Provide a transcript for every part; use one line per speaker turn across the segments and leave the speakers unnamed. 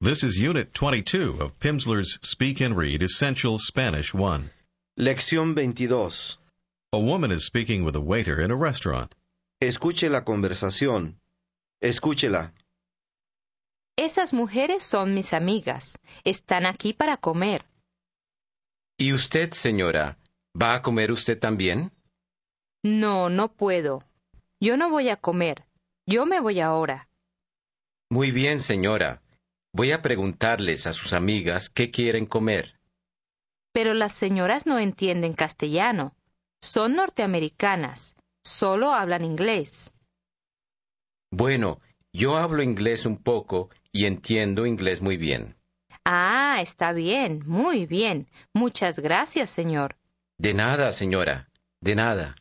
This is Unit 22 of Pimsleur's Speak and Read Essential Spanish 1.
Lección 22.
A woman is speaking with a waiter in a restaurant.
Escuche la conversación. Escúchela.
Esas mujeres son mis amigas. Están aquí para comer.
¿Y usted, señora? ¿Va a comer usted también?
No, no puedo. Yo no voy a comer. Yo me voy ahora.
Muy bien, señora. Voy a preguntarles a sus amigas qué quieren comer.
Pero las señoras no entienden castellano. Son norteamericanas. Solo hablan inglés.
Bueno, yo hablo inglés un poco y entiendo inglés muy bien.
Ah, está bien, muy bien. Muchas gracias, señor.
De nada, señora. De nada.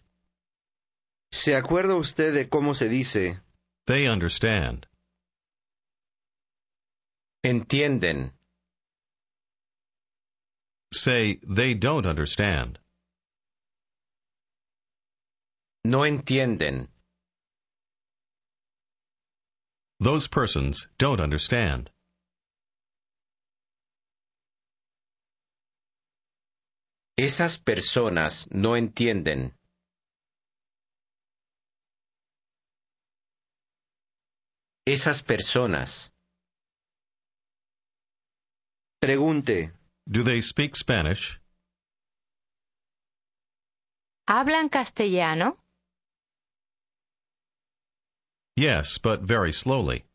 ¿Se acuerda usted de cómo se dice?
They understand.
Entienden.
Say, they don't understand.
No entienden.
Those persons don't understand.
Esas personas no entienden. Esas personas.
Pregunte.
Do they speak Spanish?
¿Hablan castellano?
Yes, but very slowly.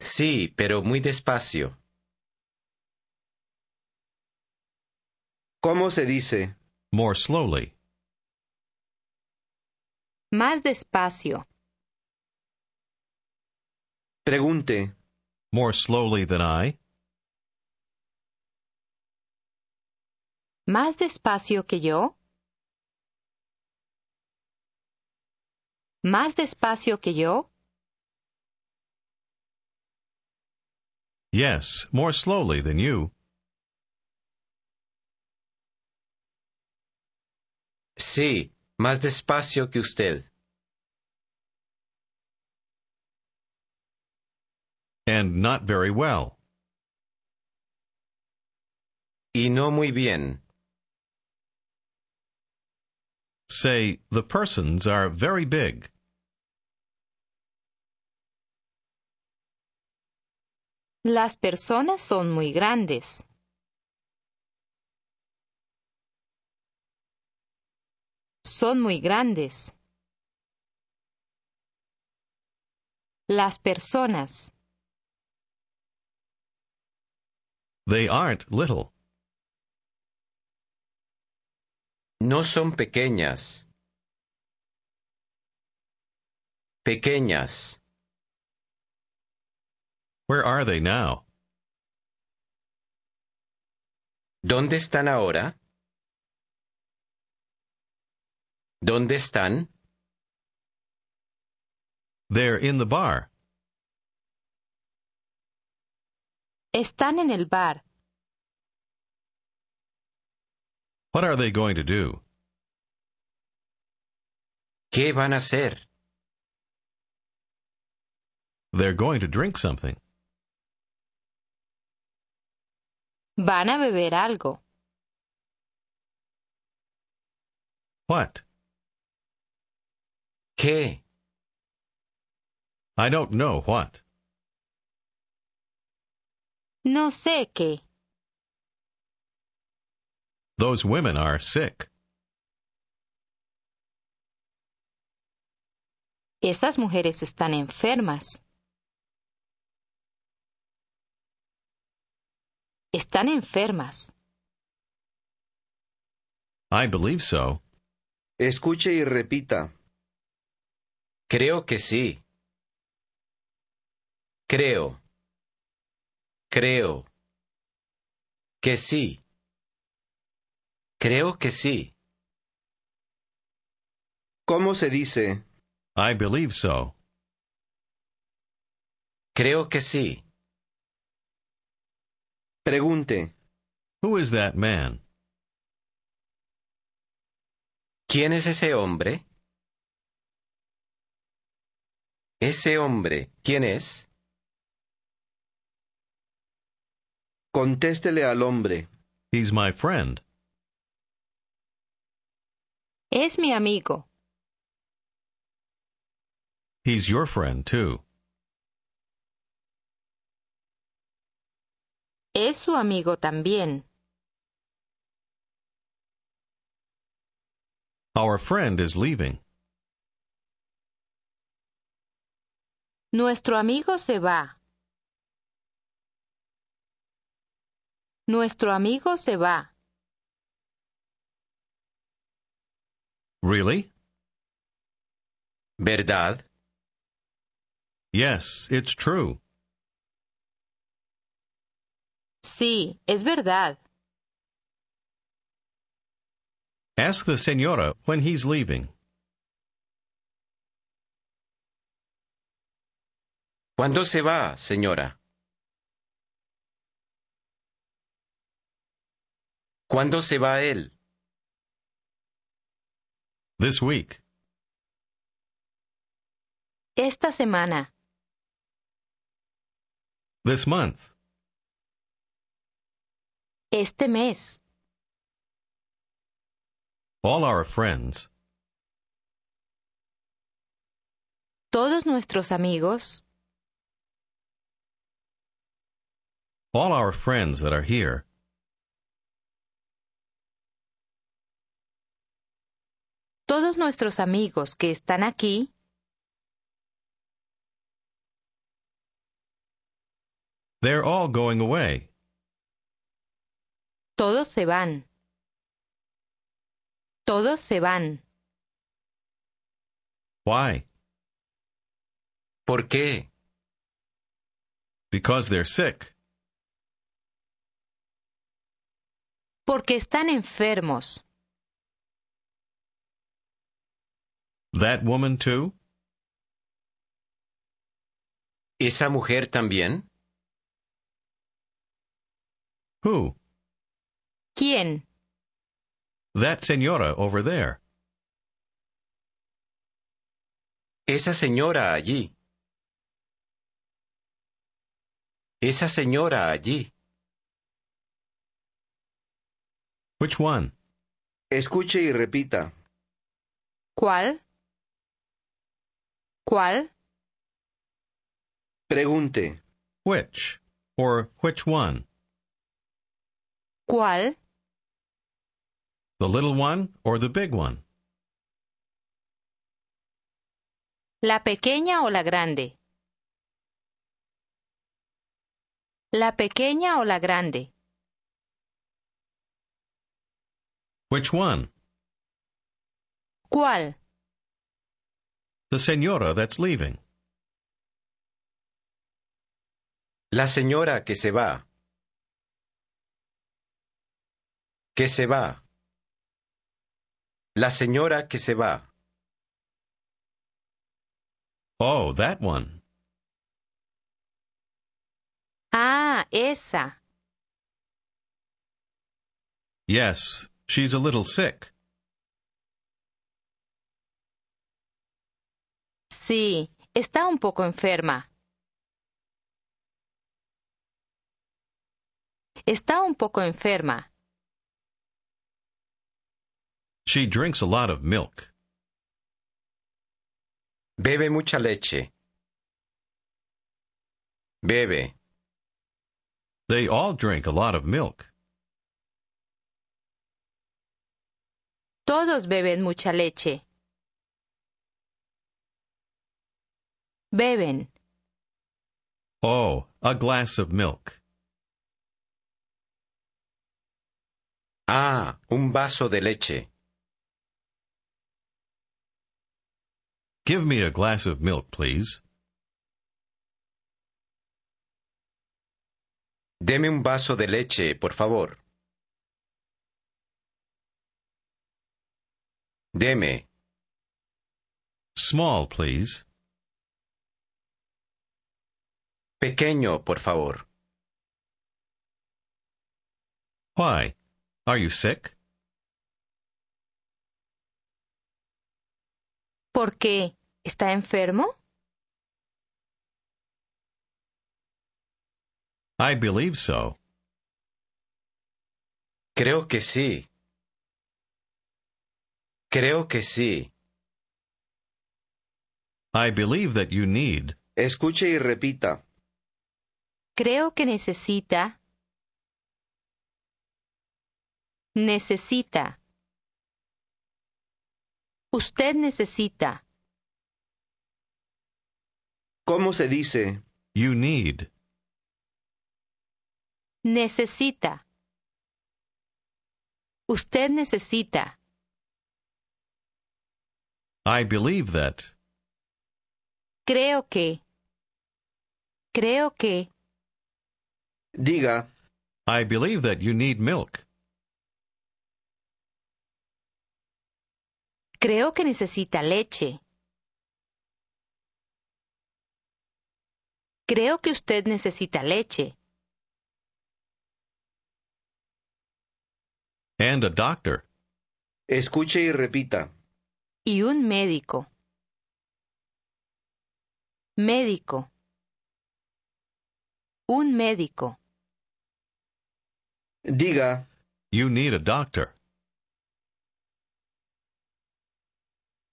Sí, pero muy despacio.
¿Cómo se dice?
More slowly.
Más despacio.
Pregunte.
More slowly than I.
¿Más despacio que yo? ¿Más despacio que yo?
Yes, more slowly than you.
Sí, más despacio que usted.
And not very well.
Y no muy bien.
Say, the persons are very big.
Las personas son muy grandes. Son muy grandes. Las personas.
They aren't little.
No son pequeñas. Pequeñas.
Where are they now?
¿Dónde están ahora? ¿Dónde están?
They're in the bar.
Están en el bar.
What are they going to do?
¿Qué van a hacer?
They're going to drink something.
Van a beber algo.
What?
¿Qué?
I don't know what.
No sé qué.
Those women are sick.
Esas mujeres están enfermas. Están enfermas.
I believe so.
Escuche y repita.
Creo que sí. Creo. Creo. Que sí. Creo que sí.
¿Cómo se dice?
I believe so.
Creo que sí.
Pregunte.
Who is that man?
¿Quién es ese hombre? Ese hombre, ¿quién es?
Contéstele al hombre.
He's my friend.
Es mi amigo.
He's your friend, too.
Es su amigo también.
Our friend is leaving.
Nuestro amigo se va. Nuestro amigo se va.
Really?
¿Verdad?
Yes, it's true.
Sí, es verdad.
Ask the senora when he's leaving.
¿Cuándo se va, señora? ¿Cuándo se va él?
This week.
Esta semana,
This month.
este mes,
All our friends.
todos nuestros amigos,
All our friends that are here.
todos nuestros amigos que están aquí,
They're all going away.
todos se van. Todos se van.
Why?
¿Por qué?
Because they're sick.
Porque están enfermos.
That woman, too?
¿Esa mujer también?
Who?
¿Quién?
That senora over there.
Esa señora allí. Esa señora allí.
Which one?
Escuche y repita.
¿Cuál? ¿Cuál?
Pregunte.
Which? Or which one?
¿Cuál?
The little one or the big one?
¿La pequeña o la grande? ¿La pequeña o la grande?
Which one?
¿Cuál?
The senora that's leaving.
La señora que se va. Que se va. La señora que se va.
Oh, that one.
Ah, esa.
Yes, she's a little sick.
Sí, está un poco enferma. Está un poco enferma.
She drinks a lot of milk.
Bebe mucha leche. Bebe.
They all drink a lot of milk.
Todos beben mucha leche. Beben.
Oh, a glass of milk.
Ah, un vaso de leche.
Give me a glass of milk, please.
Deme un vaso de leche, por favor. Deme.
Small, please.
Pequeño, por favor.
Why? Are you sick?
¿Por qué? ¿Está enfermo?
I believe so.
Creo que sí. Creo que sí.
I believe that you need.
Escuche y repita.
Creo que necesita. Necesita. Usted necesita.
¿Cómo se dice?
You need.
Necesita. Usted necesita.
I believe that.
Creo que. Creo que.
Diga,
I believe that you need milk.
Creo que necesita leche. Creo que usted necesita leche.
And a doctor.
escuche y repita.
Y un médico. Médico. Un médico.
Diga,
You need a doctor.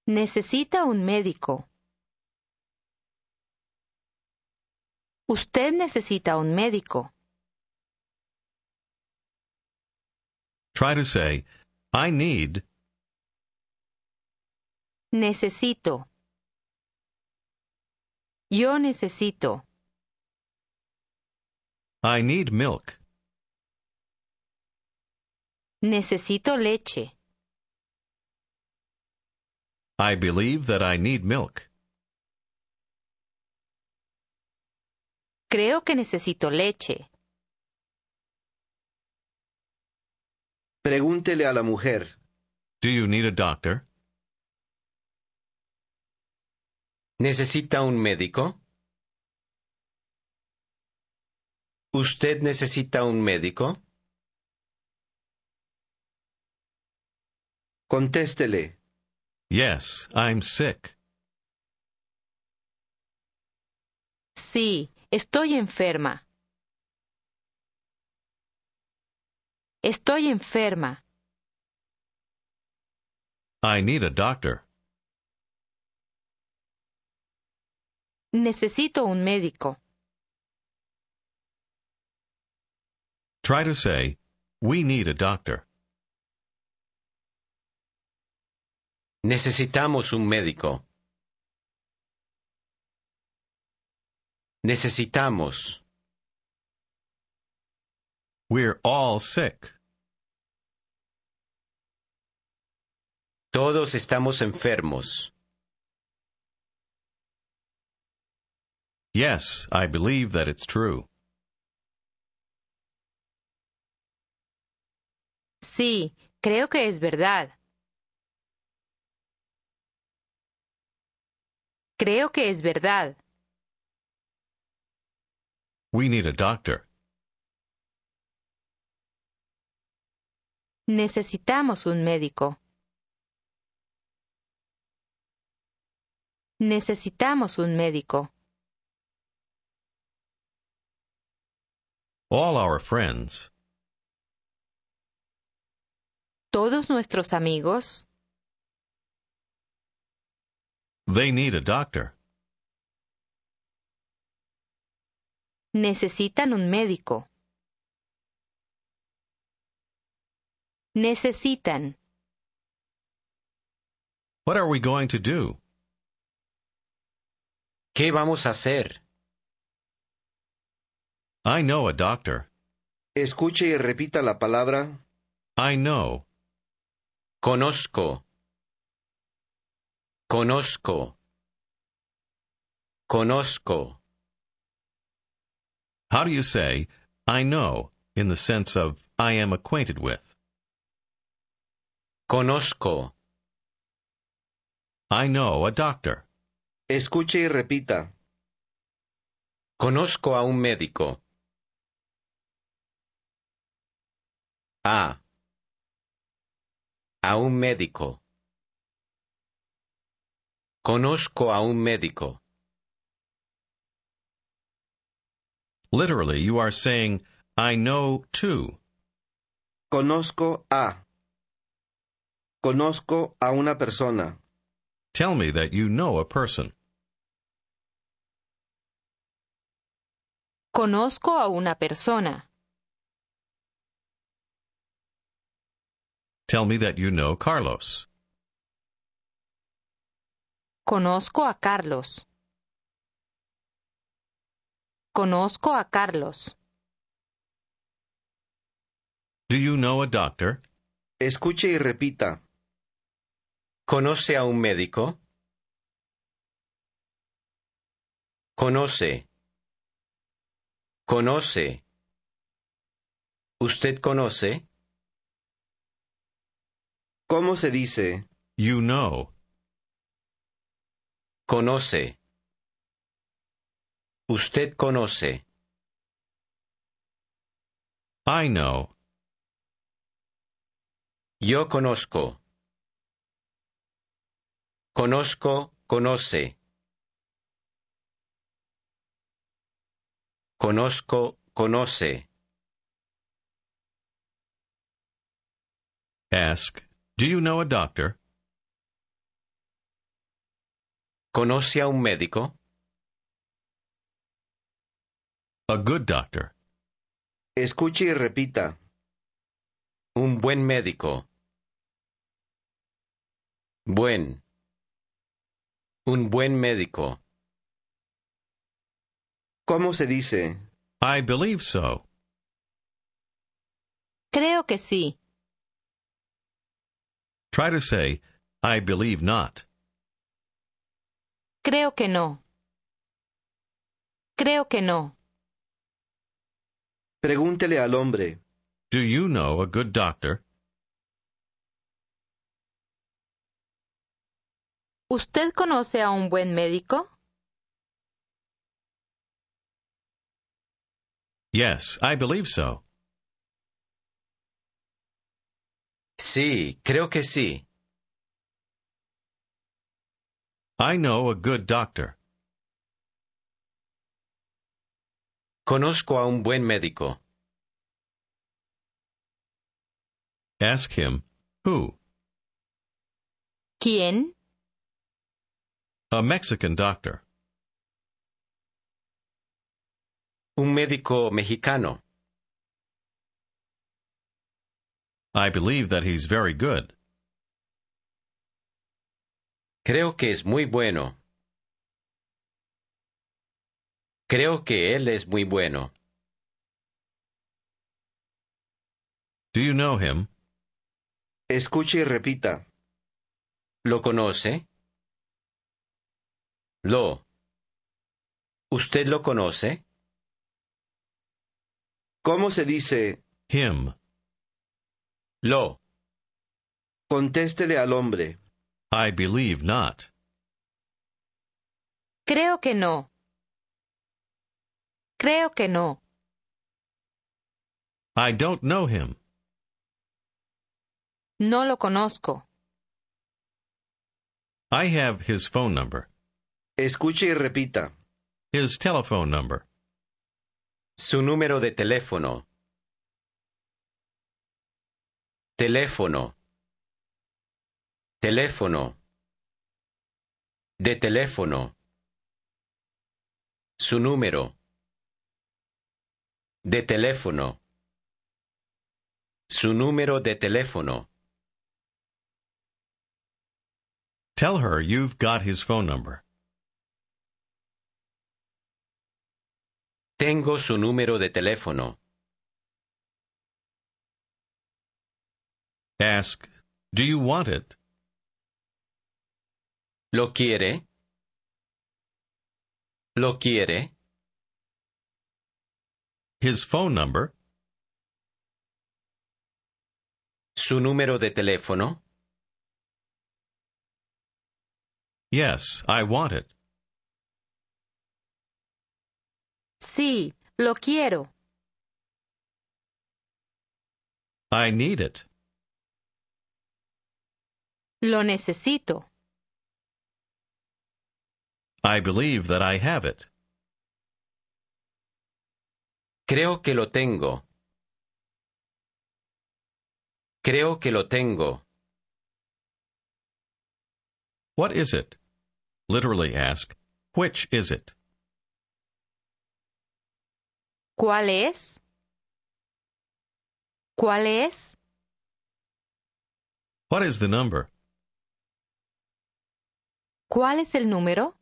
Necesita un médico. Usted necesita un médico.
Try to say, I need.
Necesito. Yo necesito.
I need milk.
Necesito leche.
I believe that I need milk.
Creo que necesito leche.
pregúntele a la mujer.
Do you need a doctor?
¿Necesita un médico? ¿Usted necesita un médico?
Contéstele.
Yes, I'm sick.
Sí, estoy enferma. Estoy enferma.
I need a doctor.
Necesito un médico.
Try to say, We need a doctor.
Necesitamos un médico. Necesitamos.
We're all sick.
Todos estamos enfermos.
Yes, I believe that it's true.
Sí, creo que es verdad. Creo que es verdad.
We need a doctor.
Necesitamos un médico. Necesitamos un médico.
All our friends.
Todos nuestros amigos
They need a doctor.
necesitan un médico. Necesitan.
What are we going to do?
¿Qué vamos a hacer?
I know a doctor.
Escuche y repita la palabra.
I know.
Conozco. Conozco. Conozco.
How do you say, I know, in the sense of I am acquainted with?
Conozco.
I know a doctor.
Escuche y repita.
Conozco a un médico. A. A un médico. Conozco a un médico.
Literally, you are saying, I know too.
Conozco a. Conozco a una persona.
Tell me that you know a person.
Conozco a una persona.
Tell me that you know Carlos.
Conozco a Carlos. Conozco a Carlos.
Do you know a doctor?
Escuche y repita.
¿Conoce a un médico? Conoce. Conoce. ¿Usted conoce?
¿Cómo se dice?
You know.
Conoce. ¿Usted conoce?
I know.
Yo conozco. Conozco, conoce. Conozco, conoce.
Ask, Do you know a doctor?
¿Conoce a un médico?
A good doctor.
Escuche y repita.
Un buen médico. Buen. Un buen médico.
¿Cómo se dice?
I believe so.
Creo que sí.
Try to say, I believe not.
Creo que no. Creo que no.
Pregúntele al hombre.
Do you know a good doctor?
¿Usted conoce a un buen médico?
Yes, I believe so.
Sí, creo que sí.
I know a good doctor.
Conozco a un buen médico.
Ask him, Who?
¿Quién?
A Mexican doctor.
Un médico mexicano.
I believe that he's very good.
Creo que es muy bueno. Creo que él es muy bueno.
Do you know him?
Escuche y repita.
¿Lo conoce? Lo. ¿Usted lo conoce?
¿Cómo se dice?
Him.
Lo.
Contéstele al hombre.
I believe not.
Creo que no. Creo que no.
I don't know him.
No lo conozco.
I have his phone number,
Escuche y repita.
his telephone number.
Su número de teléfono. Teléfono. Teléfono. De teléfono. Su número. De teléfono. Su número de teléfono.
Tell her you've got his phone number.
Tengo su número de teléfono.
Ask, Do you want it?
¿Lo quiere? ¿Lo quiere?
His phone number?
¿Su número de teléfono?
Yes, I want it.
Sí, lo quiero.
I need it.
Lo necesito.
I believe that I have it.
Creo que lo tengo. Creo que lo tengo.
What is it? Literally ask, which is it?
¿Cuál es? ¿Cuál es?
What is the number?
¿Cuál es el número?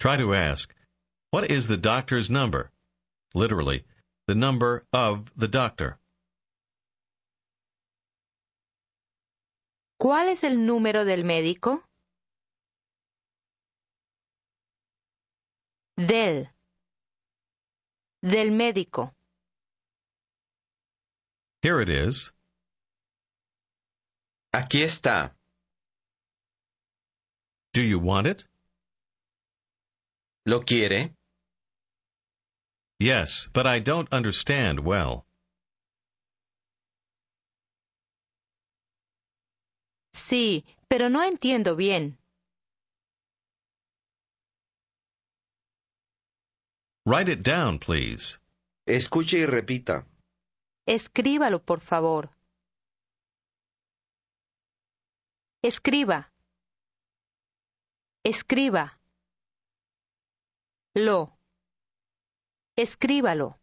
Try to ask, what is the doctor's number? Literally, the number of the doctor.
¿Cuál es el número del médico? Del. Del médico.
Here it is.
Aquí está.
Do you want it?
¿Lo quiere?
Yes, but I don't understand well.
Sí, pero no entiendo bien.
Write it down, please.
Escuche y repita.
Escríbalo, por favor. Escriba. Escriba. Lo. Escríbalo.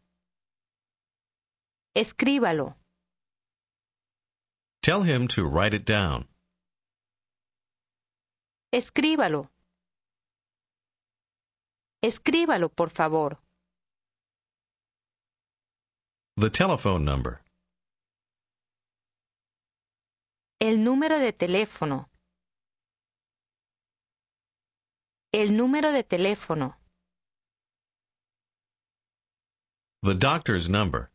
Escríbalo.
Tell him to write it down.
Escríbalo. Escríbalo, por favor.
The telephone number.
El número de teléfono. El número de teléfono.
The doctor's number.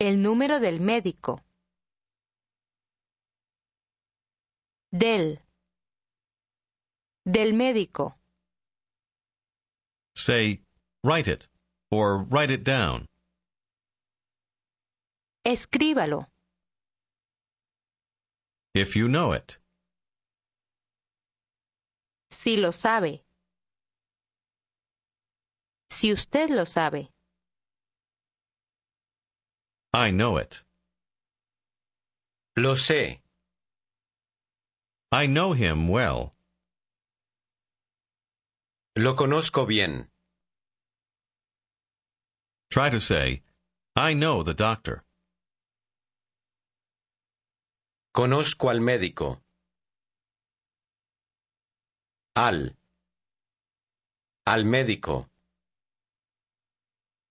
El número del médico. Del. Del médico.
Say, write it, or write it down.
Escríbalo.
If you know it,
Si lo sabe. Si usted lo sabe.
I know it.
Lo sé.
I know him well.
Lo conozco bien.
Try to say, I know the doctor.
Conozco al médico. Al. Al médico.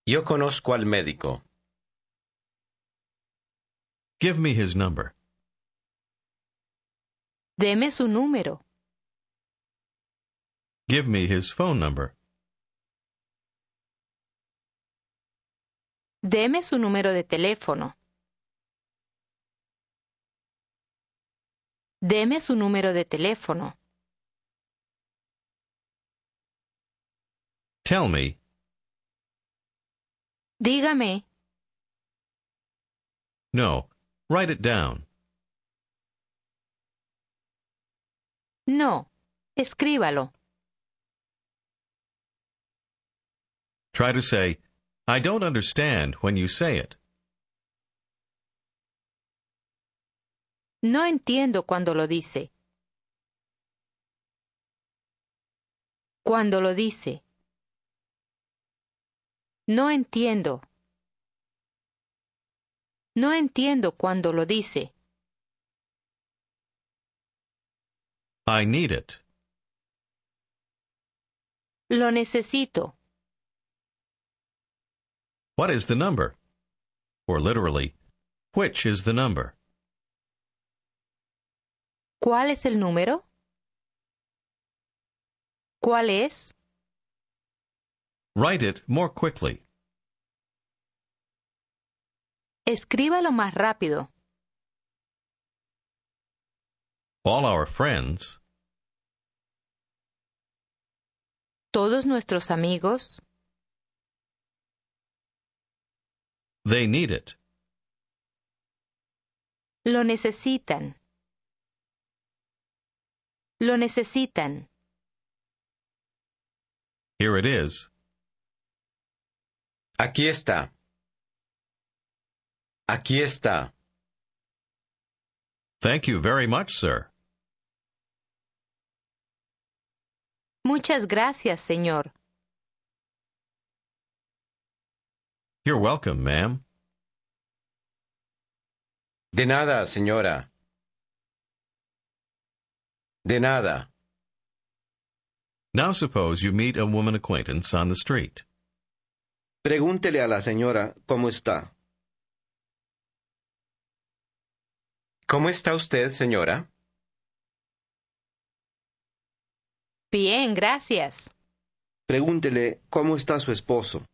Yo conozco al médico.
Give me his number.
Deme su número.
Give me his phone number.
Deme su número de teléfono. Deme su número de teléfono.
Tell me,
Dígame,
no, write it down.
no. Escríbalo.
Try to say, I don't understand when you say it.
No entiendo cuando lo dice. Cuando lo dice. No entiendo. No entiendo cuando lo dice.
I need it.
Lo necesito.
What is the number? Or literally, which is the number?
¿Cuál es el número? ¿Cuál es?
Write it more quickly.
Escríbalo más rápido.
All our friends,
Todos nuestros amigos
they need it.
lo necesitan. Lo necesitan.
Here it is.
Aquí está. Aquí está.
Thank you very much, sir.
Muchas gracias, señor.
You're welcome, ma'am.
De nada, señora. De nada.
Now suppose you meet a woman acquaintance on the street.
Pregúntele a la señora cómo está.
¿Cómo está usted, señora?
Bien, gracias.
Pregúntele cómo está su esposo.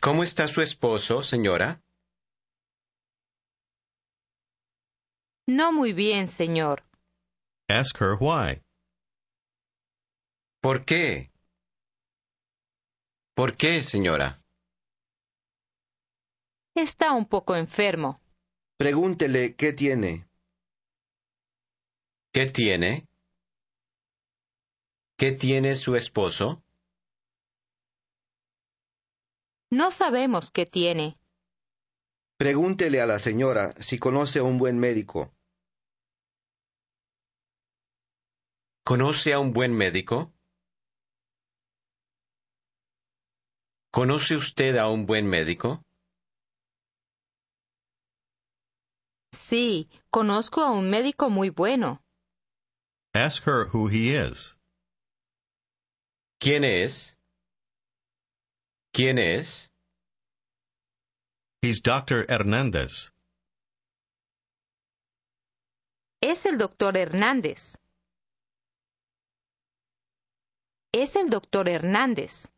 ¿Cómo está su esposo, señora?
No muy bien, señor.
Ask her why.
¿Por qué? ¿Por qué, señora?
Está un poco enfermo.
Pregúntele qué tiene.
¿Qué tiene? ¿Qué tiene su esposo?
No sabemos qué tiene.
Pregúntele a la señora si conoce a un buen médico.
¿Conoce a un buen médico? ¿Conoce usted a un buen médico?
Sí, conozco a un médico muy bueno.
Ask her who he is.
¿Quién es? ¿Quién es?
He's Dr. Hernandez.
Es el doctor Hernández. Es el doctor Hernández.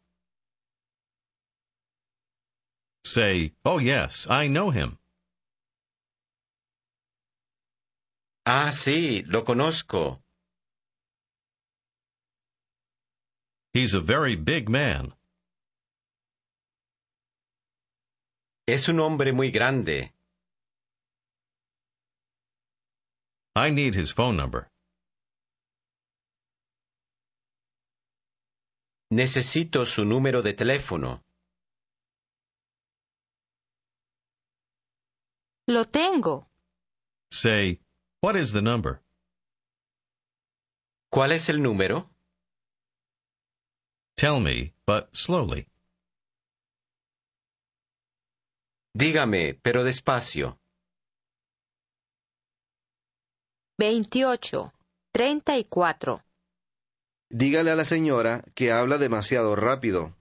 Say, oh yes, I know him.
Ah, sí, lo conozco.
He's a very big man.
Es un hombre muy grande.
I need his phone number.
Necesito su número de teléfono.
Lo tengo.
Say, what is the number?
¿Cuál es el número?
Tell me, but slowly.
Dígame, pero despacio.
28, 34.
Dígale a la señora que habla demasiado rápido.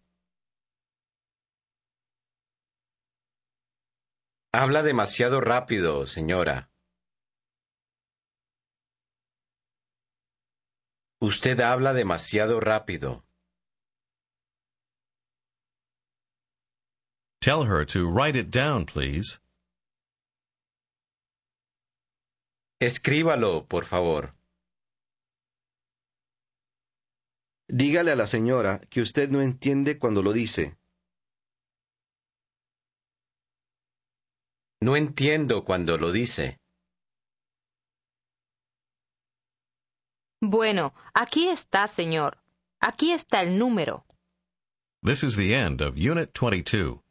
Habla demasiado rápido, señora. Usted habla demasiado rápido.
Tell her to write it down, please.
Escríbalo, por favor.
Dígale a la señora que usted no entiende cuando lo dice.
No entiendo cuando lo dice.
Bueno, aquí está, señor. Aquí está el número.
This is the end of Unit 22.